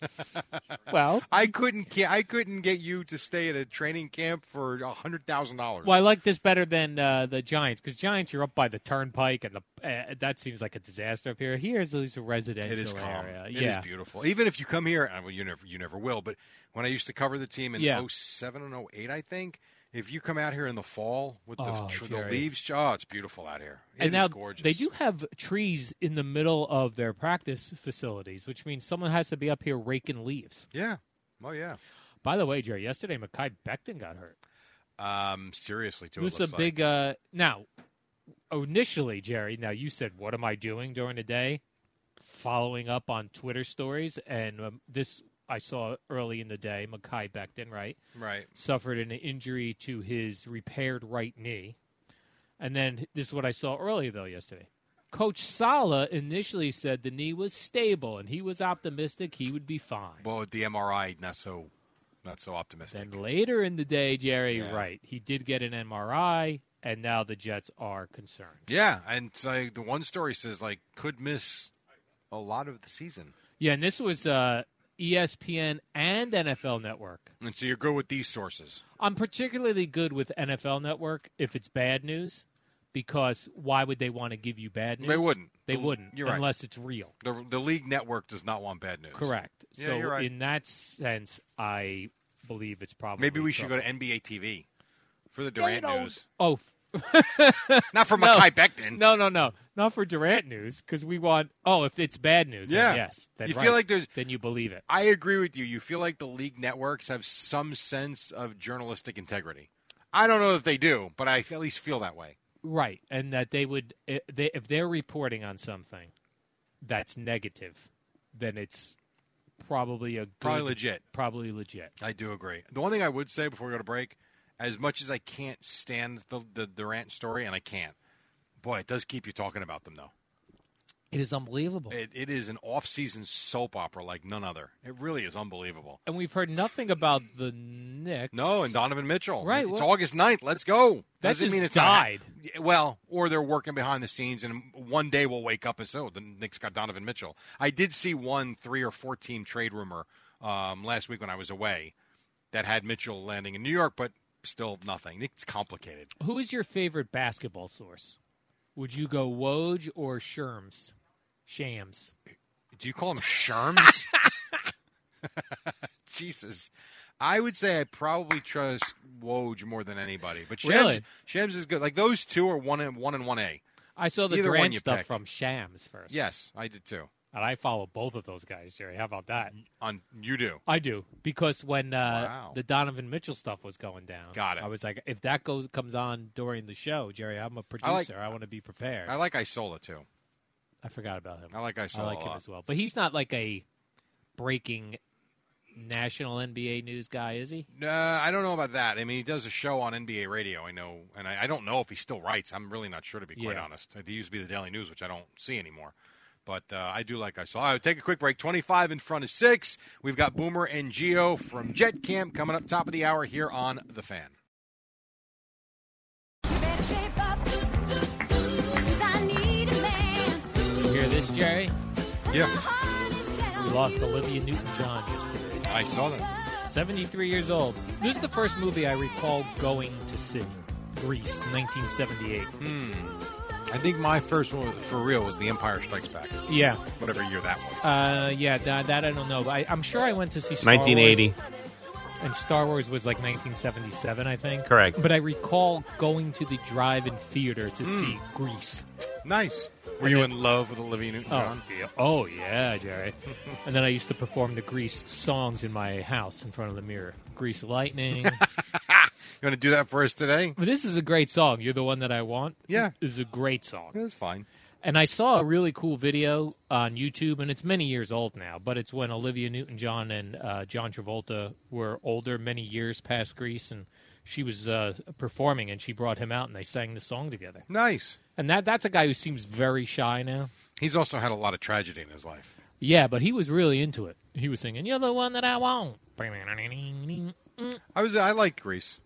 S3: Well,
S2: I couldn't. ca- I couldn't get you to stay at a training camp for a hundred thousand dollars.
S3: well, I like this better than uh, the Giants because Giants you're up by the turnpike and the uh, that seems like a disaster up here. Here's at least a residential
S2: It is calm.
S3: area.
S2: It is
S3: yeah,
S2: beautiful. Even if you come here, uh, well, you never, you never will. But when I used to cover the team in
S3: Yeah.
S2: oh seven 07 and 08, I think, if you come out here in the fall with the,
S3: Oh,
S2: tr- the
S3: Jerry.
S2: leaves, oh, it's beautiful out here. It is
S3: and now
S2: gorgeous.
S3: they do have trees in the middle of their practice facilities, which means someone has to be up here raking leaves.
S2: Yeah. Oh yeah.
S3: By the way, Jerry, yesterday Makai Becton got hurt.
S2: Um, seriously, too.
S3: It was
S2: it
S3: a
S2: looks like.
S3: big uh, now. Initially, Jerry. Now you said, "What am I doing during the day?" Following up on Twitter stories, and um, this I saw early in the day. Makai Becton, right?
S2: right.
S3: suffered an injury to his repaired right knee. And then this is what I saw earlier, though, yesterday. Coach Sala initially said the knee was stable and he was optimistic he would be fine.
S2: Well, the MRI not so, not so optimistic.
S3: Then later in the day, Jerry,
S2: Yeah.
S3: right, he did get an MRI, and now the Jets are concerned.
S2: yeah, and so the one story says like could miss a lot of the season.
S3: Yeah, and this was uh, ESPN and NFL Network.
S2: And so you're good with these sources.
S3: I'm particularly good with NFL Network if it's bad news, because why would they want to give you bad news?
S2: They wouldn't.
S3: They
S2: The-
S3: wouldn't
S2: you're right.
S3: unless it's real.
S2: The, the league network does not want bad news.
S3: Correct.
S2: Yeah,
S3: so
S2: you're right.
S3: in that sense, I believe it's probably
S2: Maybe we should go to
S3: trouble.
S2: NBA TV for the Durant news.
S3: Oh
S2: Not for
S3: no.
S2: Makai Becton.
S3: no, no, no, not for Durant news because we want. Oh, if it's bad news,
S2: Yeah.
S3: then yes. Then
S2: You
S3: right.
S2: feel like there's-
S3: then you believe it.
S2: I agree with you. You feel like the league networks have some sense of journalistic integrity. I don't know that they do, but I at least feel that way.
S3: Right, and that they would, i- they, if they're reporting on something that's negative, then it's probably a good,
S2: Probably legit.
S3: probably legit.
S2: I do agree. The one thing I would say before we go to break, as much as I can't stand the, the Durant story, and I can't, boy, it does keep you talking about them, though.
S3: It is unbelievable,
S2: It, it is an off-season soap opera like none other. It really is unbelievable.
S3: and we've heard nothing about the Knicks.
S2: No, and Donovan Mitchell.
S3: Right,
S2: It's
S3: well-
S2: August 9th. Let's go.
S3: That
S2: Doesn't
S3: just
S2: mean it's
S3: died.
S2: not- well, or they're working behind the scenes, and one day we'll wake up and say, oh, the Knicks got Donovan Mitchell. I did see one three or four team trade rumor um, last week when I was away that had Mitchell landing in New York, but still nothing. It's complicated.
S3: Who is your favorite basketball source? Would you go Woj or Sherms? Shams.
S2: Do you call them Sherms? Jesus. I would say I probably trust Woj more than anybody. But Shams,
S3: Really?
S2: Shams is good. Like those two are one and one and one A.
S3: I saw the
S2: Either one
S3: Durant
S2: you
S3: stuff
S2: pick.
S3: from Shams first.
S2: Yes, I did too.
S3: And I follow both of those guys, Jerry. How about that?
S2: On you do.
S3: I do because when uh,
S2: Wow.
S3: the Donovan Mitchell stuff was going down,
S2: Got it.
S3: I was like, if that goes comes on during the show, Jerry, I'm a producer. I,
S2: like-
S3: want to be prepared.
S2: I like Isola too.
S3: I forgot about him.
S2: I like Isola.
S3: I like
S2: a
S3: him
S2: lot.
S3: as well. But he's not like a breaking national NBA news guy, is he?
S2: Uh, I don't know about that. I mean, he does a show on NBA radio. I know, and I, I don't know if he still writes. I'm really not sure to be quite
S3: Yeah.
S2: honest. It used to be the Daily News, which I don't see anymore. But uh, I do like I saw. I would take a quick break. 25 in front of six. We've got Boomer and Geo from Jet Camp coming up top of the hour here on the Fan.
S3: You hear this, Jerry?
S2: Yeah,
S3: We lost Olivia Newton-John yesterday.
S2: I saw that.
S3: 73 years old. This is the first movie I recall going to see. Greece, 1978.
S2: I think my first one was- for real was The Empire Strikes Back.
S3: Yeah.
S2: whatever year that was.
S3: Uh, yeah, that, that I don't know. But I, I'm sure I went to see Star
S4: 1980.
S3: Wars, and Star Wars was like 1977, I think.
S4: Correct.
S3: But I recall going to the drive-in theater to see
S2: Mm.
S3: Greece.
S2: Nice. Were you in love with Olivia Newton-John?
S3: Oh, yeah. oh yeah, Jerry. and then I used to perform the Grease songs in my house in front of the mirror. Grease Lightning.
S2: You want to do that for us today?
S3: but this is a great song. You're the one that I want.
S2: Yeah.
S3: This is a great song.
S2: That's fine.
S3: And I saw a really cool video on YouTube, and it's many years old now, but it's when Olivia Newton John and uh, John Travolta were older, many years past Greece, and she was uh, performing, and she brought him out, and they sang the song together.
S2: Nice.
S3: And that that's a guy who seems very shy now.
S2: He's also had a lot of tragedy in his life.
S3: Yeah, but he was really into it. He was singing, You're the one that I want. Loved
S2: I was. I liked Greece.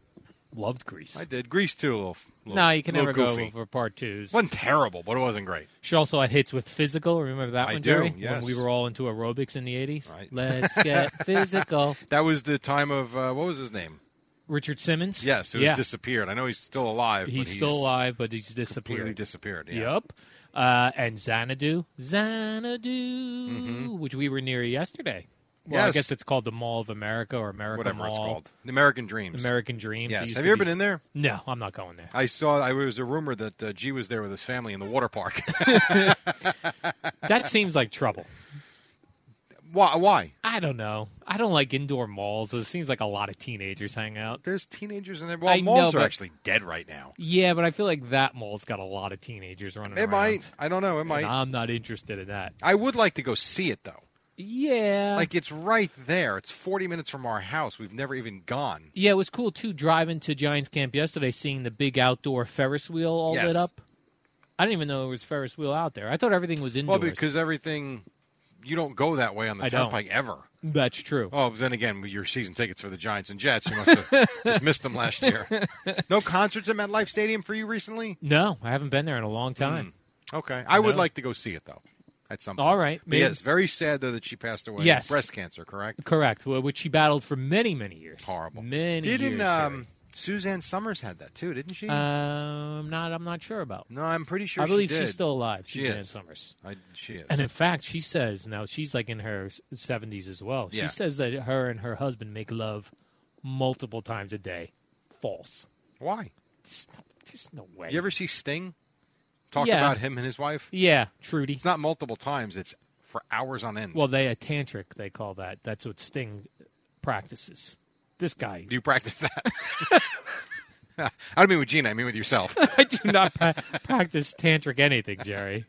S3: Greece.
S2: I did. Grease too, a little. little
S3: no, you can
S2: little
S3: never
S2: goofy.
S3: go for part twos.
S2: wasn't terrible, but it wasn't great.
S3: She also had hits with physical. Remember that
S2: I
S3: one,
S2: do,
S3: Jerry?
S2: yes.
S3: When we were all into aerobics in the 80s?
S2: Right.
S3: Let's get physical.
S2: That was the time of uh, what was his name?
S3: Richard Simmons?
S2: Yes, who's
S3: yeah.
S2: disappeared. I know he's still alive.
S3: he's,
S2: but
S3: still alive, but he's disappeared.
S2: Completely disappeared. Yeah.
S3: Yep. Uh, and Xanadu. Xanadu, which we were near yesterday. Well, I
S2: Mm-hmm. Yes.
S3: guess it's called the Mall of America or America
S2: Whatever it's
S3: Mall.
S2: called, The American Dreams.
S3: American Dreams.
S2: Yes. Have you ever been in there?
S3: No, I'm not going there.
S2: I saw. I, it was a rumor that uh, G was there with his family in the water park.
S3: That seems like trouble.
S2: why? Why?
S3: I don't know. I don't like indoor malls. It seems like a lot of teenagers hang out.
S2: There's teenagers in there. Well,
S3: I
S2: malls
S3: know,
S2: are
S3: but-
S2: actually dead right now.
S3: Yeah, but I feel like that mall's got a lot of teenagers running
S2: It
S3: around.
S2: might. I don't know. It might.
S3: And I'm not interested in that.
S2: I would like to go see it though.
S3: Yeah.
S2: Like it's right there. It's 40 minutes from our house. We've never even gone.
S3: Yeah, it was cool too. Driving to Giants camp yesterday, seeing the big outdoor Ferris wheel all
S2: Yes.
S3: lit up. I didn't even know there was Ferris wheel out there. I thought everything was
S2: Well,
S3: indoors.
S2: because everything, you don't go that way on the
S3: I don't.
S2: turnpike ever.
S3: that's true.
S2: Oh, but then again, with your season tickets for the Giants and Jets, you must have just missed them last year. No concerts at MetLife Stadium for you recently?
S3: No, I haven't been there in a
S2: Hmm.
S3: long time.
S2: Okay, I would
S3: No.
S2: like to go see it though. At some point.
S3: All right,
S2: But yeah,
S3: maybe-
S2: it's very sad though that she passed away.
S3: Yes.
S2: breast cancer, correct?
S3: Correct. Well, which she battled for many, many years.
S2: Horrible.
S3: Many.
S2: Didn't
S3: years,
S2: um, Suzanne Summers had that too? Didn't she?
S3: Jerry. Um, not. I'm not sure about.
S2: no, I'm pretty sure.
S3: I believe
S2: she did.
S3: she's still alive.
S2: She
S3: Suzanne
S2: is.
S3: Summers.
S2: I, she is.
S3: And in fact, she says now she's like in her s- 70s as well. She
S2: Yeah.
S3: says that her and her husband make love multiple times a day. False.
S2: Why?
S3: There's no, there's no way.
S2: You ever see Sting talk
S3: Yeah.
S2: about him and his wife?
S3: Yeah, Trudy.
S2: It's not multiple times. It's for hours on end.
S3: Well, they a tantric. They call that. That's what Sting practices. This guy.
S2: Do you practice that? I don't mean with Gina. I mean with yourself.
S3: I do not pra- practice tantric anything, Jerry.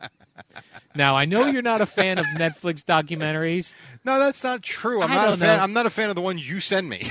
S3: Now I know you're not a fan of Netflix documentaries.
S2: No, that's not true. I'm
S3: I
S2: not a
S3: don't
S2: fan.
S3: know.
S2: I'm not a fan of the ones you send me.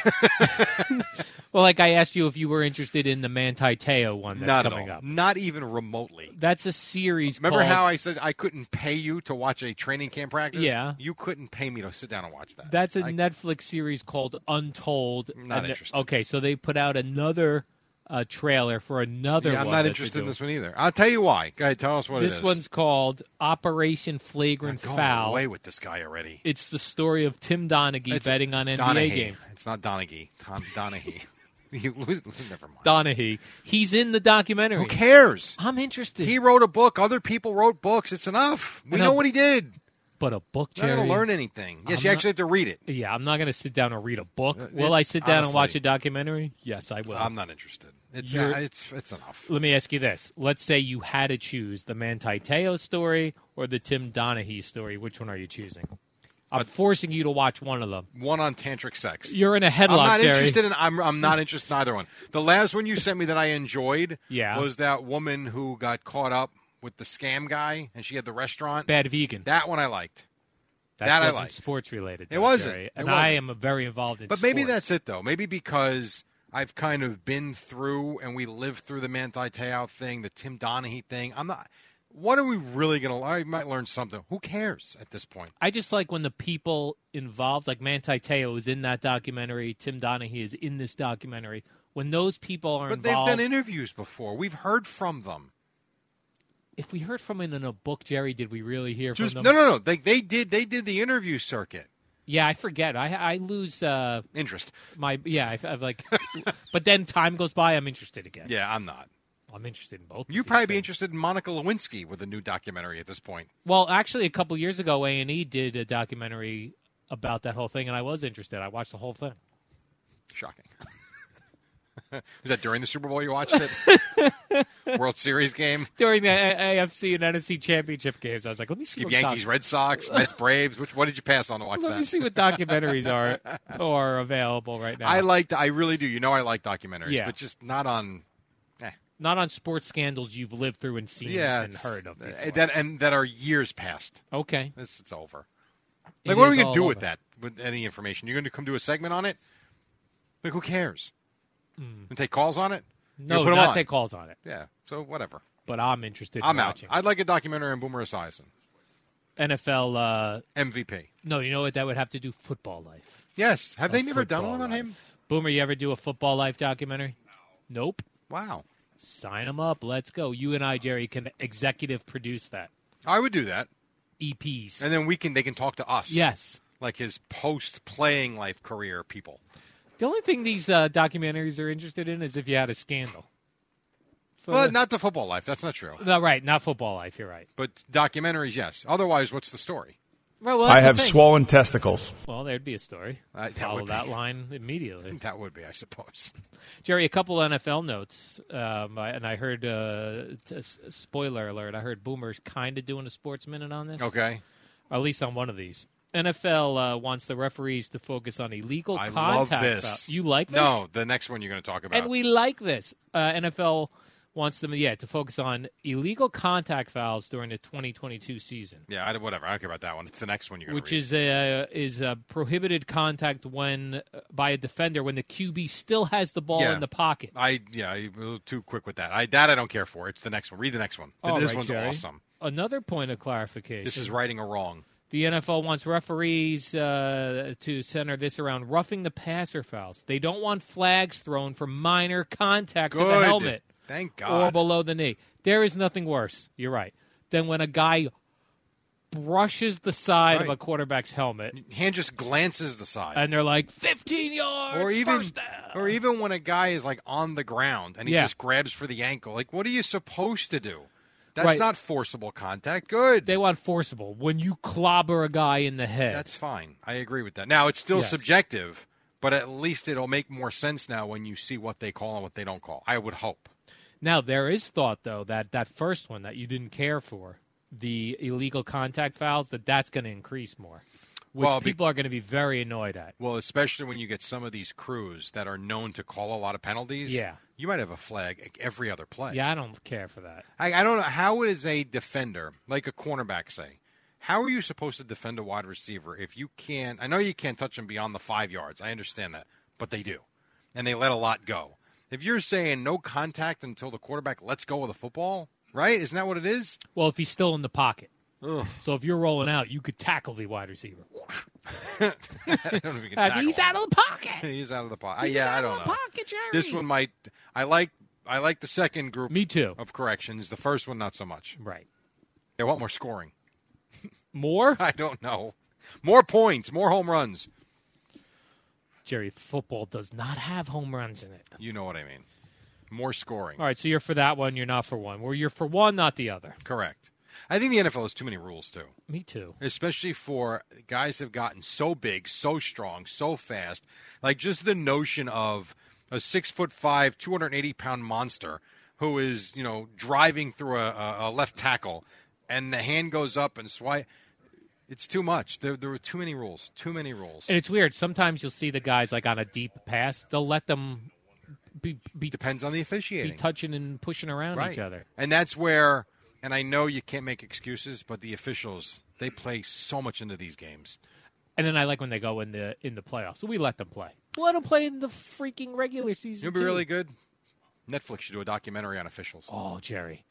S3: Well, like I asked you if you were interested in the Manti Teo one that's
S2: not at
S3: coming
S2: all.
S3: up.
S2: Not even remotely.
S3: That's a series.
S2: Remember
S3: called-
S2: how I said I couldn't pay you to watch a training camp practice?
S3: Yeah.
S2: You couldn't pay me to sit down and watch that.
S3: That's a
S2: I-
S3: Netflix series called Untold.
S2: Not
S3: and-
S2: interested.
S3: Okay, so they put out another uh, trailer for another.
S2: Yeah, I'm
S3: one
S2: not
S3: that
S2: interested
S3: they're
S2: in
S3: doing.
S2: this one either. I'll tell you why. Go ahead, tell us what it
S3: This
S2: is.
S3: one's called Operation
S2: I'm
S3: Flagrant
S2: going
S3: Foul.
S2: away with this guy already.
S3: It's the story of Tim Donaghy
S2: It's
S3: betting on NBA
S2: Donahue.
S3: game.
S2: It's not Donaghy. Tom Donahue. you lose, never mind.
S3: Donaghy. He's in the documentary.
S2: Who cares?
S3: I'm interested.
S2: He wrote a book. Other people wrote books. It's enough. We
S3: I know.
S2: know what he did.
S3: But a book,
S2: You're
S3: Jerry.
S2: not going to learn anything. Yes,
S3: I'm
S2: you actually
S3: not-
S2: have to read it.
S3: Yeah, I'm not going to sit down and read a book.
S2: Uh,
S3: Will
S2: it-
S3: I sit down and watch
S2: honestly.
S3: a documentary? Yes, I will.
S2: I'm not interested. It's
S3: You're-
S2: uh, it's it's enough.
S3: Let me ask you this. Let's say you had to choose the Manti Te'o story or the Tim Donahue story. Which one are you choosing? I'm forcing you to watch one of them.
S2: One on tantric sex.
S3: You're in a headlock,
S2: I'm not
S3: Jerry.
S2: interested in. I'm I'm not interested in either one. The last one you sent me that I enjoyed
S3: Yeah.
S2: was that woman who got caught up with the scam guy and she had the restaurant.
S3: Bad Vegan.
S2: That one I liked.
S3: That,
S2: that I
S3: wasn't
S2: liked.
S3: sports related.
S2: It
S3: though,
S2: wasn't.
S3: Jerry,
S2: It
S3: and I
S2: wasn't.
S3: am very involved in
S2: But maybe
S3: sports.
S2: that's it though. Maybe because I've kind of been through and we lived through the Manti Te'o thing, the Tim Donahue thing. I'm not. What are we really going to? I might learn something. Who cares at this point?
S3: I just like when the people involved, like Manti Te'o is in that documentary, Tim Donahue is in this documentary. When those people are
S2: But
S3: involved,
S2: they've done interviews before. We've heard from them.
S3: if we heard from him in a book, Jerry, did we really hear
S2: Just
S3: from
S2: no,
S3: them?
S2: no, no. They they did they did the interview circuit.
S3: Yeah, I forget. I I lose uh,
S2: interest.
S3: My yeah, I, I've like, but then time goes by. I'm interested again.
S2: Yeah, I'm not.
S3: I'm interested in both. of
S2: You'd
S3: these
S2: probably be
S3: things.
S2: interested in Monica Lewinsky with a new documentary at this point.
S3: Well, actually, a couple years ago, A and E did a documentary about that whole thing, and I was interested. I watched the whole thing.
S2: Shocking. Was that during the Super Bowl you watched it? World Series game.
S3: during the A- AFC and NFC championship games. I was like, let me see
S2: Keep
S3: what
S2: Yankees,
S3: doc-
S2: Red Sox, Mets, Braves. Which what did you pass on to watch
S3: Let
S2: that?
S3: me see what documentaries are are available right now.
S2: I liked. I really do. You know, I like documentaries,
S3: Yeah.
S2: but just not on.
S3: not on sports scandals you've lived through and seen
S2: yeah,
S3: and
S2: it's-
S3: heard of.
S2: uh,
S3: before.
S2: that and that are years past.
S3: Okay,
S2: This it's over.
S3: It
S2: Like, what are we
S3: is
S2: gonna
S3: all
S2: do with
S3: over.
S2: that? With any information, you're gonna come do a segment on it? Like, who cares? And take calls on it? You're
S3: Hmm. no,
S2: gonna put 'em
S3: not
S2: on.
S3: take calls on it.
S2: Yeah. So whatever.
S3: But I'm interested.
S2: I'm
S3: in
S2: out.
S3: watching.
S2: I'd like a documentary on Boomer Esiason,
S3: NFL. Uh,
S2: MVP.
S3: no, you know what? That would have to do football life.
S2: Yes. Have
S3: A
S2: they never done
S3: football
S2: one on
S3: life.
S2: him?
S3: Boomer, you ever do a football life documentary? Nope.
S2: Wow.
S3: Sign them up. Let's go. You and I, Jerry, can executive produce that.
S2: I would do that.
S3: EPs.
S2: And then we can. They can talk to us.
S3: Yes.
S2: Like his post-playing life career people.
S3: The only thing these uh, documentaries are interested in is if you had a scandal. So
S2: well,
S3: let's-
S2: not the football life. That's not true.
S3: no, right, not football life. You're right.
S2: But documentaries, yes. Otherwise, what's the story?
S3: Right, well,
S6: I
S3: that's the
S6: have
S3: thing.
S6: swollen testicles.
S3: Well, there'd be a story.
S2: Uh, that
S3: Follow
S2: would be-
S3: that line immediately,
S2: That would be, I suppose.
S3: Jerry. A couple NFL notes, um, I, and I heard. Uh, t- s- spoiler alert! I heard Boomer's kind of doing a sports minute on this.
S2: Okay.
S3: or at least on one of these. NFL uh, wants the referees to focus on illegal
S2: I love
S3: contact.
S2: this.
S3: foul- You like this?
S2: No, the next one you're going to talk about.
S3: And we like this. Uh, NFL wants them, yeah, to focus on illegal contact fouls during the 2022 season,
S2: yeah, I, whatever. I don't care about that one. It's the next one you're going to
S3: which
S2: read.
S3: is a uh, is a prohibited contact when uh, by a defender when the QB still has the ball
S2: Yeah.
S3: in the pocket.
S2: I yeah, I- a little too quick with that. I that I don't care for. It's the next one. Read the next one. Th-
S3: All
S2: this
S3: right,
S2: one's
S3: Jerry.
S2: awesome.
S3: Another point of clarification.
S2: This is righting a wrong.
S3: The NFL wants referees uh, to center this around roughing the passer fouls. They don't want flags thrown for minor contact to the
S2: Good.
S3: helmet
S2: Thank
S3: or
S2: God.
S3: below the knee. There is nothing worse, you're right, than when a guy brushes the side of
S2: Right.
S3: a quarterback's helmet
S2: Hand just glances the side.
S3: and they're like, 15 yards,
S2: or even
S3: first down.
S2: or even when a guy is like on the ground and he
S3: Yeah.
S2: just grabs for the ankle. Like what are you supposed to do? That's
S3: Right.
S2: not forcible contact. Good.
S3: They want forcible. When you clobber a guy in the head.
S2: That's fine. I agree with that. Now it's still
S3: Yes.
S2: subjective, but at least it'll make more sense now when you see what they call and what they don't call. I would hope.
S3: Now there is thought though that that first one that you didn't care for, the illegal contact fouls, that that's going to increase more, which
S2: Well, be-
S3: people are going to be very annoyed at.
S2: Well, especially when you get some of these crews that are known to call a lot of penalties.
S3: Yeah.
S2: You might have a flag like, every other play.
S3: Yeah, I don't care for that.
S2: I, I don't know. How is a defender, like a cornerback, say, how are you supposed to defend a wide receiver if you can't? I know you can't touch them beyond the five yards. I understand that. But they do. And they let a lot go. If you're saying no contact until the quarterback lets go of the football, right? Isn't that what it is?
S3: Well, if he's still in the pocket,
S2: Ugh.
S3: so if you're rolling out, you could tackle the wide receiver.
S2: I don't know if you can
S3: Uh,
S2: tackle
S3: he's
S2: him.
S3: out of the pocket.
S2: He's out of the pocket.
S3: He's
S2: yeah,
S3: out
S2: I don't
S3: of the
S2: know.
S3: pocket, Jerry.
S2: This one might. I like. I like the second group.
S3: Me too.
S2: Of corrections, the first one not so much.
S3: Right.
S2: They want more scoring.
S3: More,
S2: I don't know. More points, more home runs.
S3: Jerry. Football does not have home runs in it.
S2: You know what I mean. More scoring.
S3: All right, so you're for that one. You're not for one. Well, you're for one, not the other.
S2: Correct. I think the NFL has too many rules too.
S3: Me too.
S2: Especially for guys that have gotten so big, so strong, so fast. Like just the notion of a six foot five, two hundred eighty pound monster who is you know driving through a- a, a left tackle, and the hand goes up and swipe. It's too much. There, there were too many rules. Too many rules.
S3: And it's weird. Sometimes you'll see the guys like on a deep pass. They'll let them be, be
S2: depends on the officiating.
S3: be touching and pushing around
S2: right.
S3: each other.
S2: And that's where, and I know you can't make excuses, but the officials they play so much into these games.
S3: And then I like when they go in the in the playoffs. We let them play. Let them play in the freaking regular season.
S2: It'll be
S3: too.
S2: really good. Netflix should do a documentary on officials.
S3: Oh, Jerry.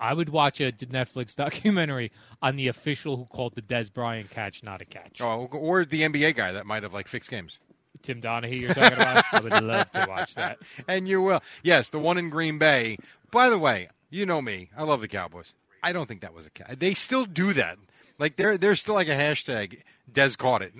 S3: I would watch a Netflix documentary on the official who called the Des Bryant catch not a catch.
S2: Oh, or the NBA guy that might have like fixed games.
S3: Tim Donahue, you're talking about. I would love to watch that.
S2: And you will. Yes, the one in Green Bay. By the way, you know me. I love the Cowboys. I don't think that was a cat. They still do that. Like they're they're still like a hashtag. Des caught it.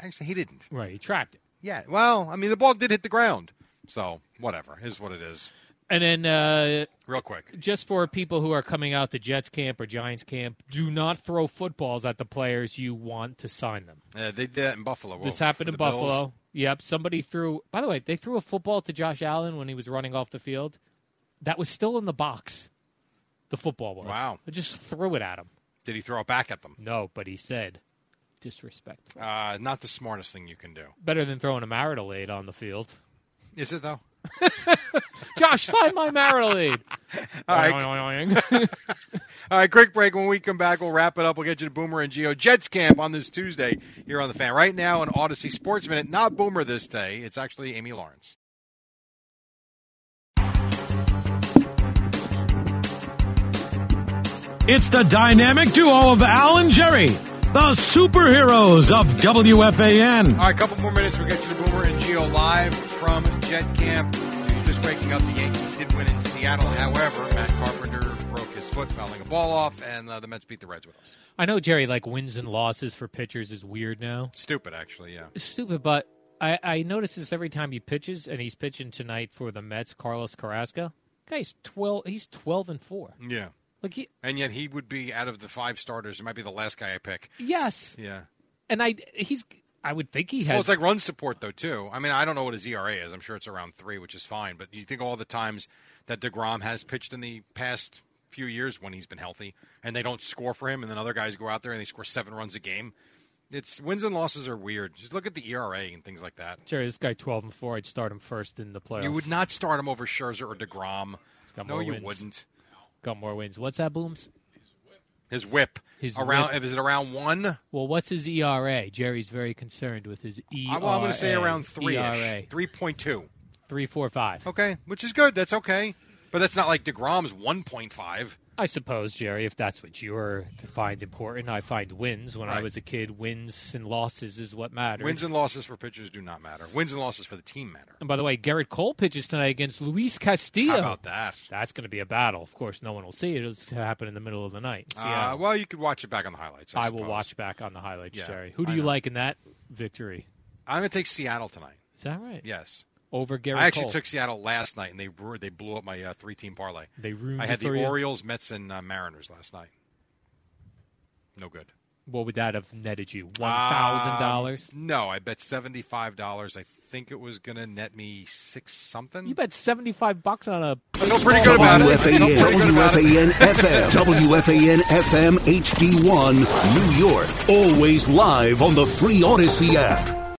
S2: Actually, he didn't.
S3: Right, he tracked it.
S2: Yeah. Well, I mean, the ball did hit the ground. So whatever is what it is.
S3: And then, uh,
S2: Real quick.
S3: just for people who are coming out to Jets camp or Giants camp, do not throw footballs at the players you want to sign them.
S2: Uh, they did that in Buffalo.
S3: this
S2: Well,
S3: happened
S2: for
S3: in
S2: the Bills.
S3: Buffalo. Yep, somebody threw. By the way, they threw a football to Josh Allen when he was running off the field. That was still in the box. The football was.
S2: Wow.
S3: They just threw it at him.
S2: Did he throw it back at them?
S3: No, but he said disrespect.
S2: Uh, not the smartest thing you can do.
S3: Better than throwing a marital aid on the field.
S2: Is it though?
S3: Josh, sign my marital aid.
S2: All right. All right, quick break. When we come back, we'll wrap it up. We'll get you to Boomer and Geo Jets camp on this Tuesday here on the Fan. Right now, on Odyssey Sports Minute, not Boomer this day. It's actually Amy Lawrence.
S1: It's the dynamic duo of Al and Jerry, the superheroes of WFAN.
S2: All right, a couple more minutes. We'll get you to Boomer and Geo live from Jet Camp. Just waking up. The Yankees did win in Seattle. However, Matt Carpenter broke his foot fouling a ball off, and uh, the Mets beat the Reds with us.
S3: I know Jerry like wins and losses for pitchers is weird now.
S2: Stupid, actually. Yeah.
S3: Stupid, but I, I notice this every time he pitches, and he's pitching tonight for the Mets. Carlos Carrasco, guy's twelve. He's twelve and four.
S2: Yeah.
S3: Like he,
S2: And yet he would be out of the five starters. It might be the last guy I pick.
S3: yes,
S2: Yeah.
S3: and I he's I would think he has.
S2: Well, it's like run support though too. I mean, I don't know what his ERA is. I'm sure it's around three, which is fine. But you think all the times that Degrom has pitched in the past few years when he's been healthy, and they don't score for him, and then other guys go out there and they score seven runs a game. It's wins and losses are weird. Just look at the ERA and things like that.
S3: Jerry, this guy twelve and four. I'd start him first in the playoffs.
S2: You would not start him over Scherzer or Degrom.
S3: got
S2: No,
S3: more
S2: you
S3: wins.
S2: wouldn't.
S3: got more wins. What's that, Booms?
S2: His whip
S3: His
S2: around.
S3: whip.
S2: Is it around one?
S3: Well, what's his ERA? Jerry's very concerned with his E ERA.
S2: I, well, I'm going to say around three.
S3: ERA
S2: Three point two.
S3: E three, four, five.
S2: Okay, which is good. That's okay. But that's not like Degrom's 1.5.
S3: I suppose, Jerry, if that's what you find important, I find wins. When I
S2: Right.
S3: was a kid, wins and losses is what matters.
S2: Wins and losses for pitchers do not matter. Wins and losses for the team matter.
S3: And by the way, Garrett Cole pitches tonight against Luis Castillo.
S2: How about that?
S3: That's going to be a battle. Of course, no one will see it. It'll just happen in the middle of the night. in
S2: Uh,
S3: Seattle.
S2: well, you could watch it back on the highlights. I,
S3: I will
S2: suppose.
S3: watch back on the highlights,
S2: Yeah,
S3: Jerry. Who do
S2: I
S3: you
S2: know.
S3: like in that victory?
S2: I'm going to take Seattle tonight.
S3: Is that right?
S2: Yes.
S3: Over Garrett
S2: I actually
S3: Cole.
S2: took Seattle last night, and they ru- they blew up my uh, three team parlay.
S3: They ruined
S2: I had
S3: it
S2: the
S3: for you?
S2: Orioles, Mets, and uh, Mariners last night. No good.
S3: What would that have netted you? One thousand dollars.
S2: Um, no, I bet seventy five dollars. I think it was going to net me six something.
S3: You bet seventy-five bucks on a.
S2: I feel pretty good about it. I feel
S6: WFAN,
S2: pretty good about it.
S6: WFAN FM, WFAN FM HD1, New York. Always live on the free Odyssey app.